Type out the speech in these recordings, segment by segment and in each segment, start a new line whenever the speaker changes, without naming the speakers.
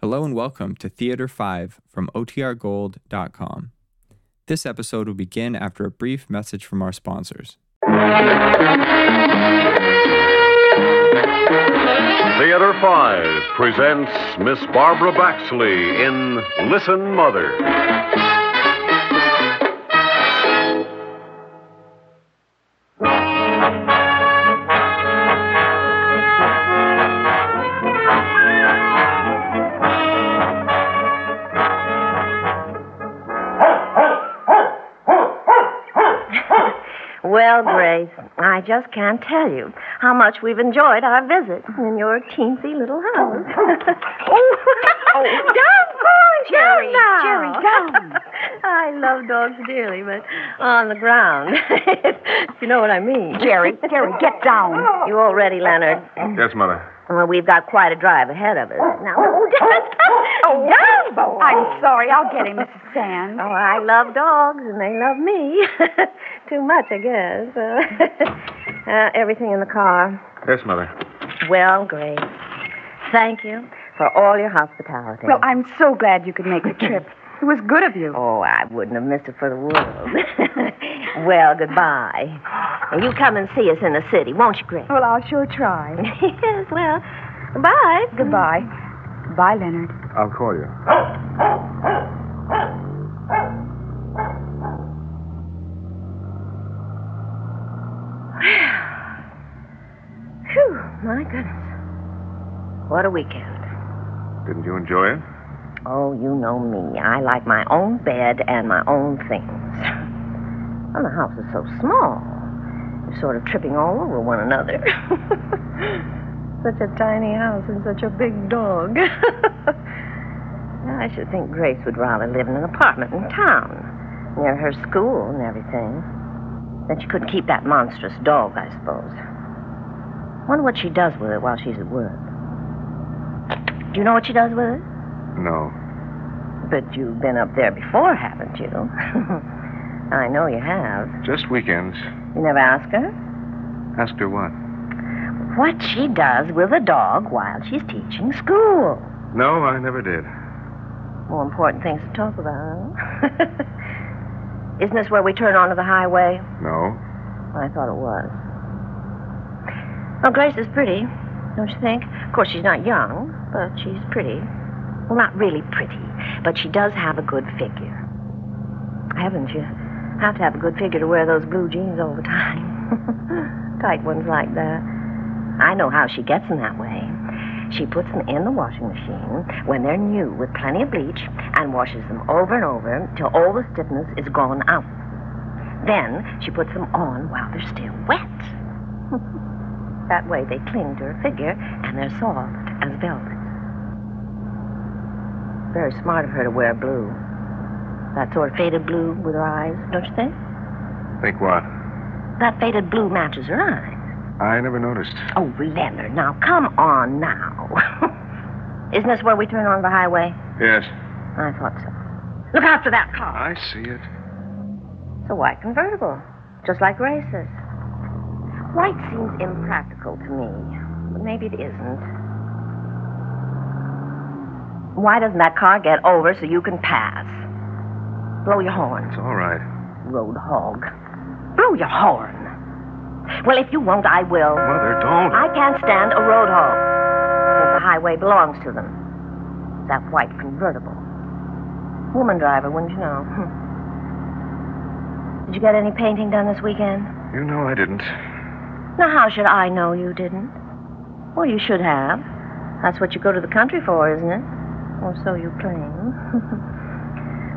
Hello and welcome to Theater 5 from OTRGold.com. This episode will begin after a brief message from our sponsors.
Theater 5 presents Miss Barbara Baxley in Listen Mother.
Well, Grace, I just can't tell you how much we've enjoyed our visit in your teensy little house. oh, down, boy,
Jerry,
down now.
Jerry, down.
I love dogs dearly, but on the ground. you know what I mean.
Jerry, Jerry, get down.
You all ready, Leonard?
Yes, Mother.
Well, we've got quite a drive ahead of us. Now, oh, down, boy.
I'm sorry. I'll get him, Mrs. Sands.
Oh, I love dogs, and they love me. Too much, I guess. Uh, uh, everything in the car.
Yes, Mother.
Well, Grace, thank you for all your hospitality.
Well, I'm so glad you could make the trip. It was good of you.
Oh, I wouldn't have missed it for the world. well, goodbye. And you come and see us in the city, won't you, Grace?
Well, I'll sure try.
yes, well, goodbye.
Goodbye. Bye, Leonard.
I'll call you.
Phew, my goodness. What a weekend.
Didn't you enjoy it?
Oh, you know me. I like my own bed and my own things. Well, the house is so small. You're sort of tripping all over one another. such a tiny house and such a big dog. I should think Grace would rather live in an apartment in town, near her school and everything. Then she couldn't keep that monstrous dog, I suppose. Wonder what she does with it while she's at work. Do you know what she does with it?
No.
But you've been up there before, haven't you? I know you have.
Just weekends.
You never ask her?
Asked her what?
What she does with a dog while she's teaching school.
No, I never did.
More important things to talk about. huh? Isn't this where we turn onto the highway?
No.
I thought it was. Well, Grace is pretty, don't you think? Of course, she's not young, but she's pretty. Well, not really pretty, but she does have a good figure. Haven't you? Have to have a good figure to wear those blue jeans all the time. Tight ones like that. I know how she gets them that way. She puts them in the washing machine when they're new with plenty of bleach and washes them over and over till all the stiffness is gone out. Then she puts them on while they're still wet. that way they cling to her figure and they're soft as velvet. Very smart of her to wear blue. That sort of faded blue with her eyes, don't you think?
Think what?
That faded blue matches her eyes.
I never noticed.
Oh, Leonard, now come on now. Isn't this where we turn on the highway?
Yes.
I thought so. Look out for that car.
I see it.
It's a white convertible, just like Grace's. White seems impractical to me, but maybe it isn't. Why doesn't that car get over so you can pass? Blow your horn,
It's all right.
road hog. Blow your horn. Well, if you won't, I will.
Mother, don't.
I can't stand a road hog. Since the highway belongs to them. That white convertible. Woman driver, wouldn't you know? Hmm. Did you get any painting done this weekend?
You know I didn't.
Now, how should I know you didn't? Well, you should have. That's what you go to the country for, isn't it? Or so you claim.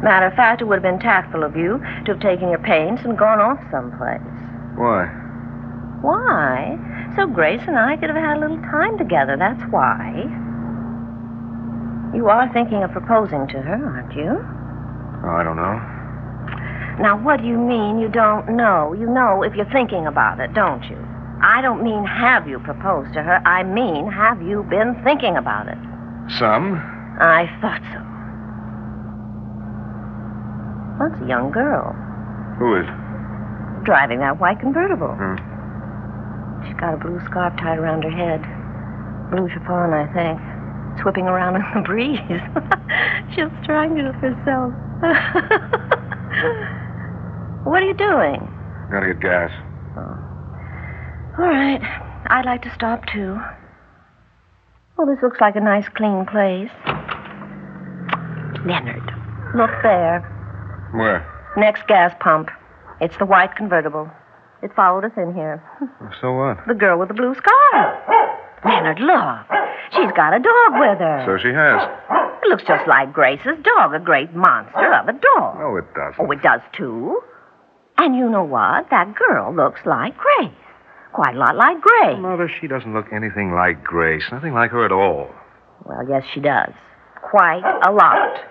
Matter of fact, it would have been tactful of you to have taken your paints and gone off someplace.
Why?
Why? So Grace and I could have had a little time together, that's why. You are thinking of proposing to her, aren't you?
Oh, I don't know.
Now, what do you mean you don't know? You know if you're thinking about it, don't you? I don't mean have you proposed to her. I mean have you been thinking about it?
Some?
I thought so. That's a young girl
Who is?
driving that white convertible.
Hmm.
She's got a blue scarf tied around her head. Blue chiffon, I think. swipping around in the breeze. She'll strangle herself. what are you doing?
Gotta get gas.
All right. I'd like to stop, too. Well, this looks like a nice, clean place. Leonard, look there.
Where?
Next gas pump. It's the white convertible. It followed us in here.
So what?
The girl with the blue scarf. Leonard, look. She's got a dog with her.
So she has.
It looks just like Grace's dog, a great monster of a dog.
No, it doesn't.
Oh, it does too. And you know what? That girl looks like Grace. Quite a lot like Grace.
Mother, she doesn't look anything like Grace. Nothing like her at all.
Well, yes, she does. Quite a lot.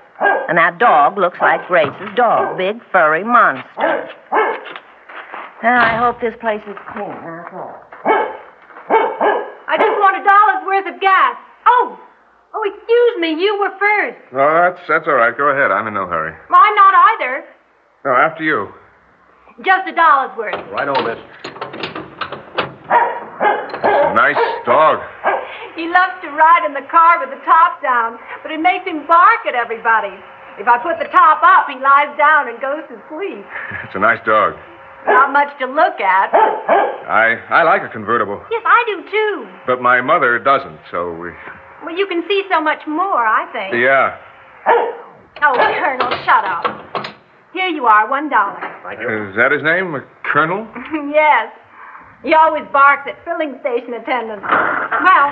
And that dog looks like Grace's dog. Big, furry monster. Well, I hope this place is clean. That's all.
I just want a dollar's worth of gas. Oh, oh, excuse me. You were first.
No, that's that's all right. Go ahead. I'm in no hurry.
Well, I'm not either.
No, after you.
Just a dollar's worth.
Right on, miss. Nice dog.
He loves to ride in the car with the top down, but it makes him bark at everybody. If I put the top up, he lies down and goes to sleep.
It's a nice dog.
Not much to look at.
I I like a convertible,
Yes, I do too.
but my mother doesn't. So we.
Well, you can see so much more, I think.
Yeah.
Oh, Colonel, shut up. Here you are, one dollar.
Is that his name, Colonel?
yes. He always barks at filling station attendants. Well,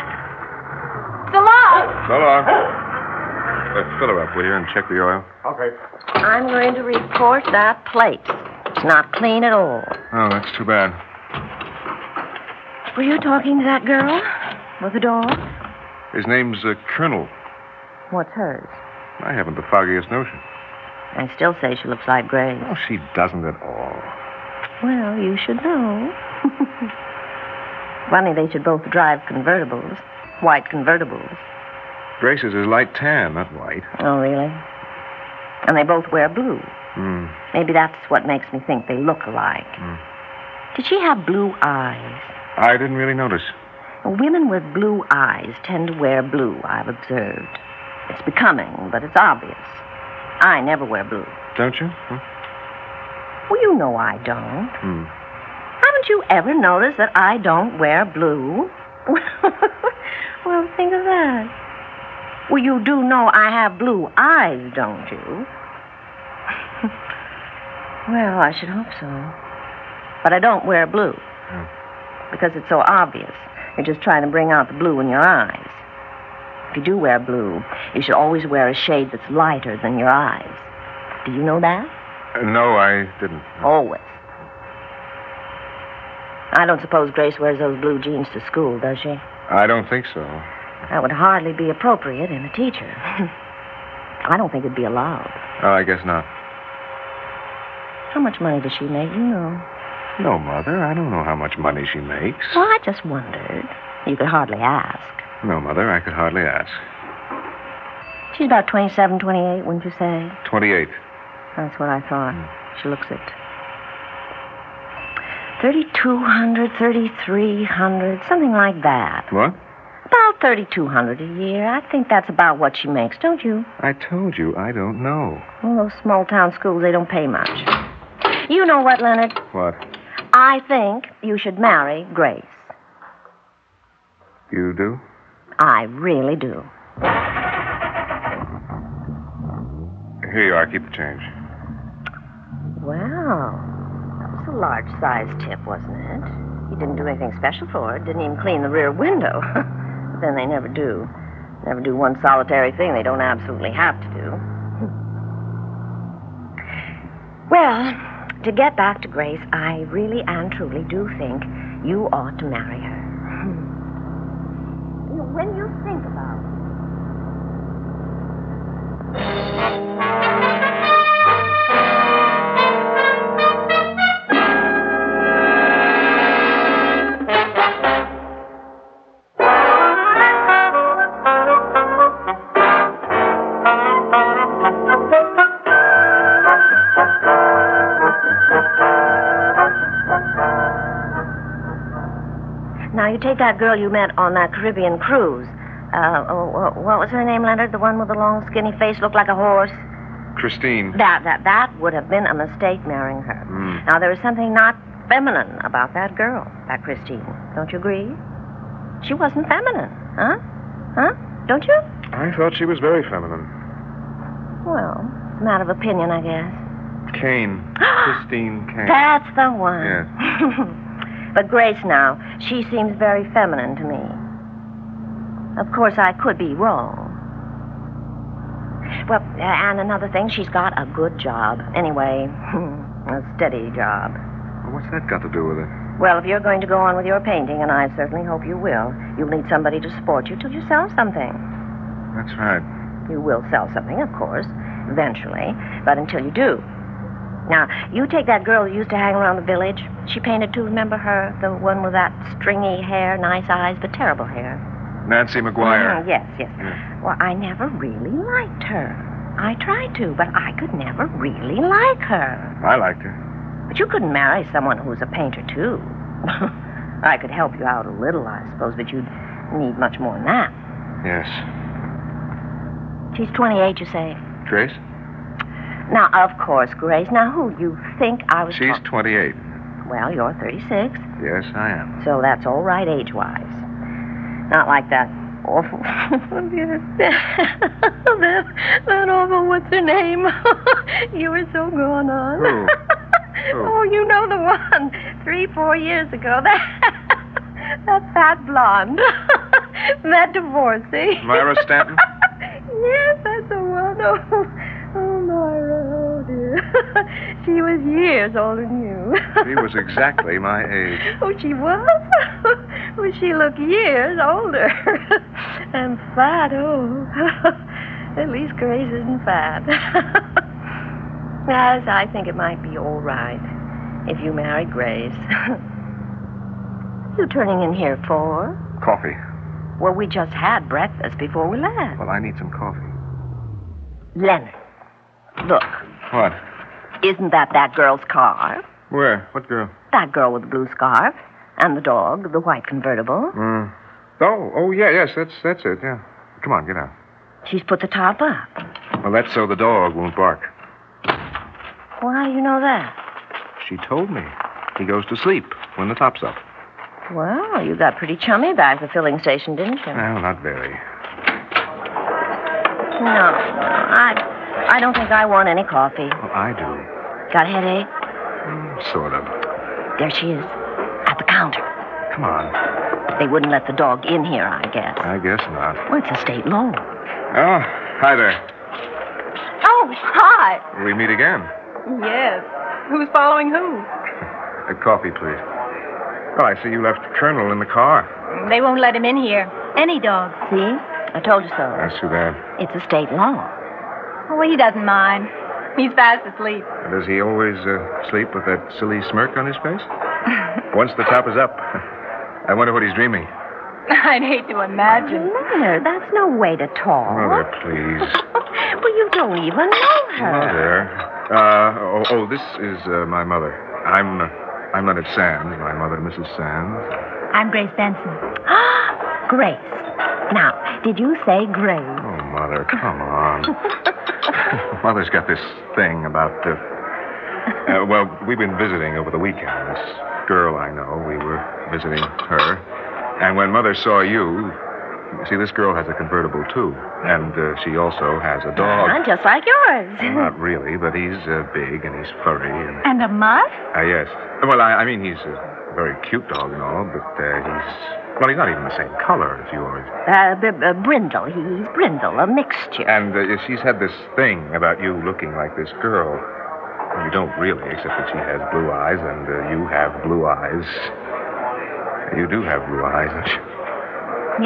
so long.
So long. Uh, fill her up, will you, and check the oil.
I'm going to report that plate. It's not clean at all.
Oh, that's too bad.
Were you talking to that girl with the dog?
His name's uh, Colonel.
What's hers?
I haven't the foggiest notion.
I still say she looks like Grace.
No, Oh, she doesn't at all.
Well, you should know. Funny they should both drive convertibles, white convertibles.
Grace's is light tan, not white.
Oh, really? And they both wear blue.
Hmm.
Maybe that's what makes me think they look alike. Did she have blue eyes?
I didn't really notice.
Women with blue eyes tend to wear blue, I've observed. It's becoming, but it's obvious. I never wear blue.
Don't you? Hmm?
Well, you know I don't.
Hmm.
Haven't you ever noticed that I don't wear blue? well, think of that. Well, you do know I have blue eyes, don't you? well, I should hope so. But I don't wear blue. Because it's so obvious. You're just trying to bring out the blue in your eyes. If you do wear blue, you should always wear a shade that's lighter than your eyes. Do you know that?
Uh, no, I didn't.
Always. I don't suppose Grace wears those blue jeans to school, does she?
I don't think so.
That would hardly be appropriate in a teacher. I don't think it'd be allowed.
Oh, I guess not.
How much money does she make, you know?
No, Mother, I don't know how much money she makes.
Well, I just wondered. You could hardly ask.
No, Mother, I could hardly ask.
She's about 27, 28, wouldn't you say?
28.
That's what I thought. She looks it. 3,200, 3,300, something like that.
What?
About 3,200 a year. I think that's about what she makes, don't you?
I told you, I don't know.
Well, those small town schools, they don't pay much. You know what, Leonard?
What?
I think you should marry Grace.
You do?
I really do.
Here you are. Keep the change.
Wow. It was a large size tip, wasn't it? You didn't do anything special for it. Didn't even clean the rear window. But then they never do. Never do one solitary thing they don't absolutely have to do. Well, to get back to Grace, I really and truly do think you ought to marry her. You- When you think about it, Now, you take that girl you met on that Caribbean cruise. Uh, oh, oh, what was her name, Leonard? The one with the long, skinny face, looked like a horse.
Christine.
That that that would have been a mistake marrying her.
Hmm.
Now there was something not feminine about that girl, that Christine. Don't you agree? She wasn't feminine, huh? Huh? Don't you?
I thought she was very feminine.
Well, it's a matter of opinion, I guess.
Kane. Christine Kane.
That's the one.
Yes.
but Grace now, she seems very feminine to me. Of course, I could be wrong. Well, a- and another thing, she's got a good job. Anyway, a steady job.
Well, what's that got to do with it?
Well, if you're going to go on with your painting, and I certainly hope you will, you'll need somebody to support you till you sell something.
That's right.
You will sell something, of course, eventually, but until you do. Now, you take that girl who used to hang around the village. She painted too, remember her? The one with that stringy hair, nice eyes, but terrible hair.
Nancy McGuire.
Mhm, yes, yes. Well, I never really liked her. I tried to, but I could never really like her.
I liked her.
But you couldn't marry someone who was a painter, too. I could help you out a little, I suppose, but you'd need much more than that.
Yes.
She's 28, you say.
Grace?
Now, of course, Grace. Now, who you think I was
She's
talk-
28.
Well, you're 36,
Yes, I am.
so that's all right age-wise. Not like that awful... that, that awful... What's her name? you were so gone on.
Who? Who?
Oh, you know the one. Three, four years ago. That, that fat blonde. that divorcee.
Myra Stanton?
yes, that's the one. Oh, oh Myra, oh dear. she was years older than you.
She was exactly my age.
Oh, she was? well, she looked years older. and fat, oh. At least Grace isn't fat. yes, I think it might be all right if you marry Grace. you turning in here for?
Coffee.
Well, we just had breakfast before we left.
Well, I need some coffee.
Leonard, look,
What?
isn't that that girl's car?
Where? What girl?
That girl with the blue scarf and the dog, the white convertible.
Mm. Oh, oh yeah, yes, that's that's it. Yeah. Come on, get out.
She's put the top up.
Well, that's so the dog won't bark.
Why do you know that?
She told me. He goes to sleep when the top's up.
Well, you got pretty chummy back at the filling station, didn't you?
Well, not very.
No, I, I don't think I want any coffee.
Well, I do.
Got a headache?
Sort of.
There she is, at the counter.
Come on.
They wouldn't let the dog in here, I guess.
I guess not.
Well, it's a state law.
Oh, hi there.
Oh, hi.
We meet again.
Yes. Who's following who?
A coffee, please. Well, I see you left Colonel in the car.
They won't let him in here. Any dog.
See? I told you so.
That's too bad.
It's a state law.
Oh, he doesn't mind. He's fast asleep.
Does he always uh, sleep with that silly smirk on his face? Once the top is up, I wonder what he's dreaming.
I'd hate to imagine.
Leonard, that's no way to talk.
Mother, please.
Well, you don't even know her.
Mother. Uh, oh, oh, this is uh, my mother. I'm, uh, I'm Leonard Sands. My mother, Mrs. Sands.
I'm Grace Benson.
Grace. Now, did you say Grace?
Oh, mother, come on. Mother's got this thing about. Uh, uh, well, we've been visiting over the weekend. This girl I know, we were visiting her. And when Mother saw you, you see, this girl has a convertible, too. And uh, she also has a dog.
Uh-huh, just like yours.
Not really, but he's uh, big and he's furry and
And a muff?
Ah, yes. Well, I, I mean, he's a very cute dog and all, but uh, he's. Well, he's not even the same color as yours.
Uh, b- b- brindle. He's brindle, a mixture.
And uh, she's had this thing about you looking like this girl. Well, you don't really, except that she has blue eyes, and uh, you have blue eyes. You do have blue eyes, don't you?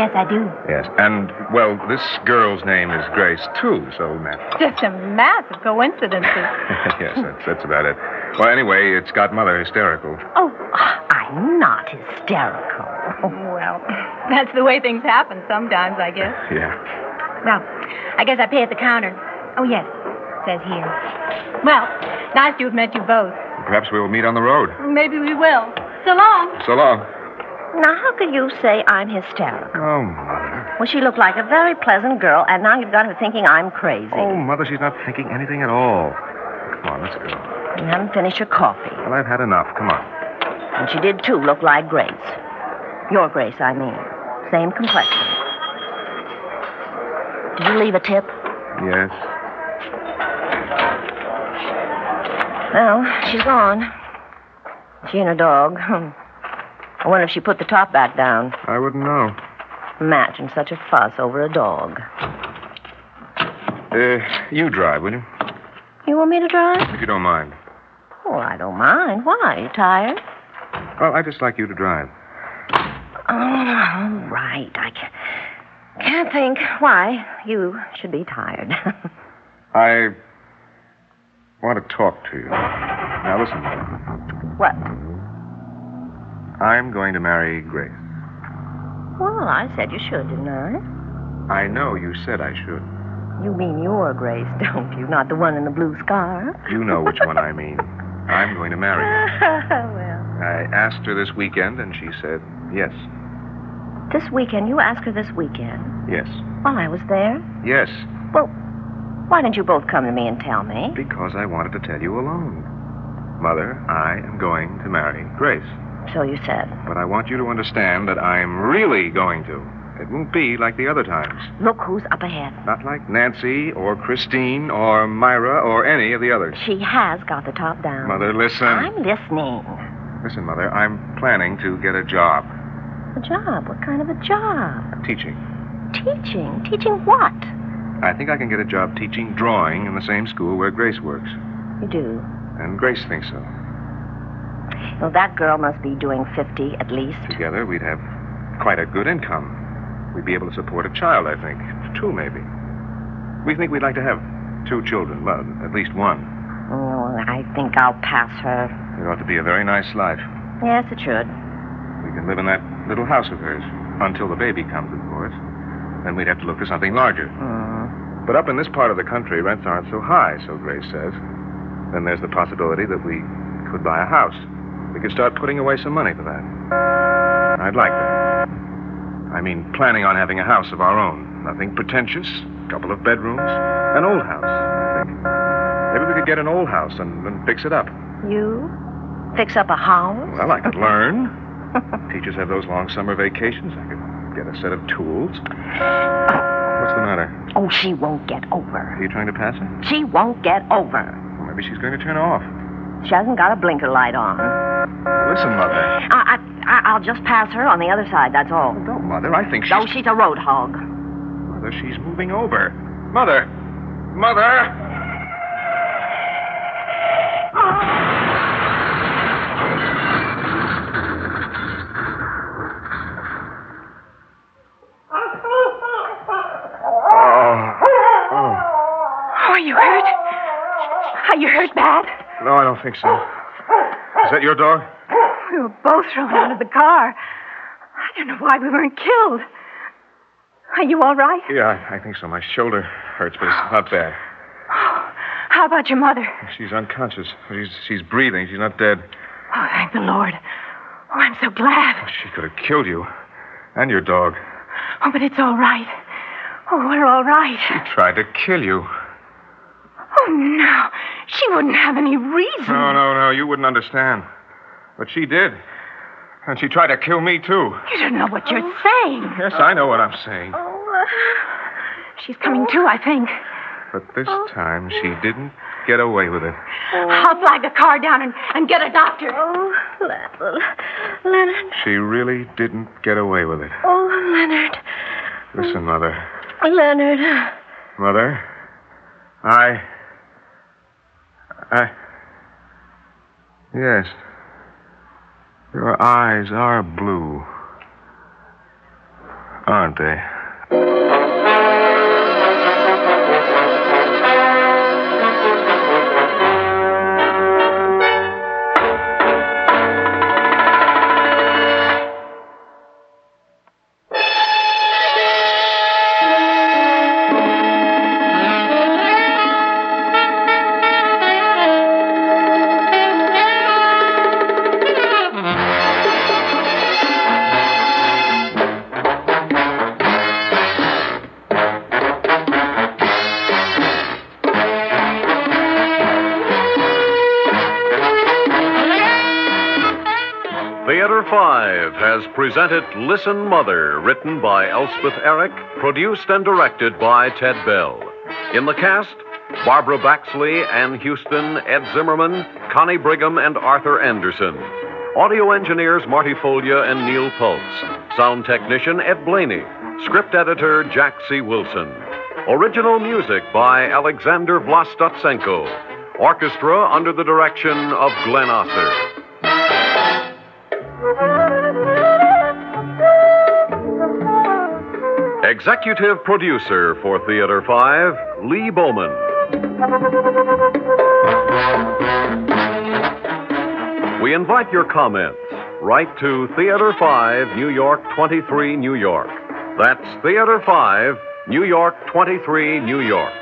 Yes, I do.
Yes. And, well, this girl's name is Grace, too, so naturally.
Just a mass of coincidences.
yes, that's, that's about it. Well, anyway, it's got Mother hysterical.
Oh, I'm not hysterical.
well, that's the way things happen sometimes, I guess.
Yeah.
Well, I guess I pay at the counter. Oh, yes. it Says here. Well, nice to have met you both.
Perhaps we'll meet on the road.
Maybe we will. So long.
So long.
Now, how could you say I'm hysterical?
Oh, Mother.
Well, she looked like a very pleasant girl, and now you've got her thinking I'm crazy.
Oh, Mother, she's not thinking anything at all. Come on, let's go.
You haven't finished your coffee.
Well, I've had enough. Come on.
And she did, too, look like Grace. Your Grace, I mean. Same complexion. Did you leave a tip?
Yes.
Well, she's gone. She and her dog. I wonder if she put the top back down.
I wouldn't know.
Imagine such a fuss over a dog.
Uh, you drive, will you?
You want me to drive?
If you don't mind.
Oh, I don't mind. Why? You tired?
Well, I'd just like you to drive.
Oh, all right. I can't, can't think why you should be tired.
I want to talk to you. Now, listen.
what?
I'm going to marry Grace.
Well, I said you should, didn't I?
I know you said I should.
You mean your Grace, don't you? Not the one in the blue scarf.
You know which one I mean. I'm going to marry her.
well,
I asked her this weekend, and she said yes.
this weekend, you asked her this weekend.
Yes.
While I was there.
Yes.
Well, why didn't you both come to me and tell me?
Because I wanted to tell you alone. Mother, I am going to marry Grace.
So you said.
But I want you to understand that I'm really going to. It won't be like the other times.
Look who's up ahead.
Not like Nancy or Christine or Myra or any of the others.
She has got the top down.
Mother, listen.
I'm listening.
Listen, Mother, I'm planning to get a job
A job? What kind of a job?
teaching.
Teaching? Teaching what?
I think I can get a job teaching drawing in the same school where Grace works.
You do.
And Grace thinks so.
Well, that girl must be doing 50 at least.
Together, we'd have quite a good income. We'd be able to support a child, I think. Two, maybe. We think we'd like to have two children, well, at least one.
Oh, I think I'll pass her.
It ought to be a very nice life.
Yes, it should.
We can live in that little house of hers until the baby comes, of course. Then we'd have to look for something larger. But up in this part of the country, rents aren't so high, so Grace says. Then there's the possibility that we could buy a house. We could start putting away some money for that. I'd like that. I mean, planning on having a house of our own. Nothing pretentious. A couple of bedrooms. An old house, I think. Maybe we could get an old house and, and fix it up.
You? Fix up a house?
Well, I could learn. Teachers have those long summer vacations. I could get a set of tools. What's the matter?
Oh, she won't get over.
Are you trying to pass her?
She won't get over.
Well, maybe she's going to turn off.
She hasn't got a blinker light on.
Listen, Mother.
I, I, I, I'll just pass her on the other side, that's all.
No, Mother, I think she's.
No, she's a road hog.
Mother, she's moving over. Mother! Mother!
Oh,
Oh. Oh.
Oh, are you hurt? Are you hurt bad?
No, I don't think so. Is that your dog?
We were both thrown out of the car. I don't know why we weren't killed. Are you all right?
Yeah, I- I think so. My shoulder hurts, but it's not bad.
How about your mother?
She's unconscious. She's, she's breathing. She's not dead.
Oh, thank the Lord. Oh, I'm so glad.
She could have killed you and your dog.
Oh, but it's all right. Oh, we're all right.
Tried to kill you.
Oh, no. She wouldn't have any reason.
No, no, no. You wouldn't understand. But she did. And she tried to kill me, too.
You don't know what you're saying.
Yes, I know what I'm saying.
She's coming to, I think.
But this time, she didn't get away with it.
I'll flag the car down and, and get a doctor.
Oh, Leonard. Leonard.
She really didn't get away with it.
Oh, Leonard.
Listen, Mother.
Leonard.
Mother, I. I. Yes. Your eyes are blue. Aren't they? Theater 5 has presented Listen Mother, written by Elspeth Eric, produced and directed by Ted Bell. In the cast, Barbara Baxley, Ann Houston, Ed Zimmerman, Connie Brigham, and Arthur Anderson. Audio engineers Marty Folia and Neil Pultz. Sound technician Ed Blaney. Script editor Jack C. Wilson. Original music by Alexander Vlastotsenko. Orchestra under the direction of Glenn Osser. Executive producer for Theater 5, Lee Bowman. We invite your comments. Write to Theater 5, New York 23, New York. That's Theater 5, New York 23, New York.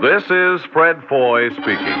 This is Fred Foy speaking.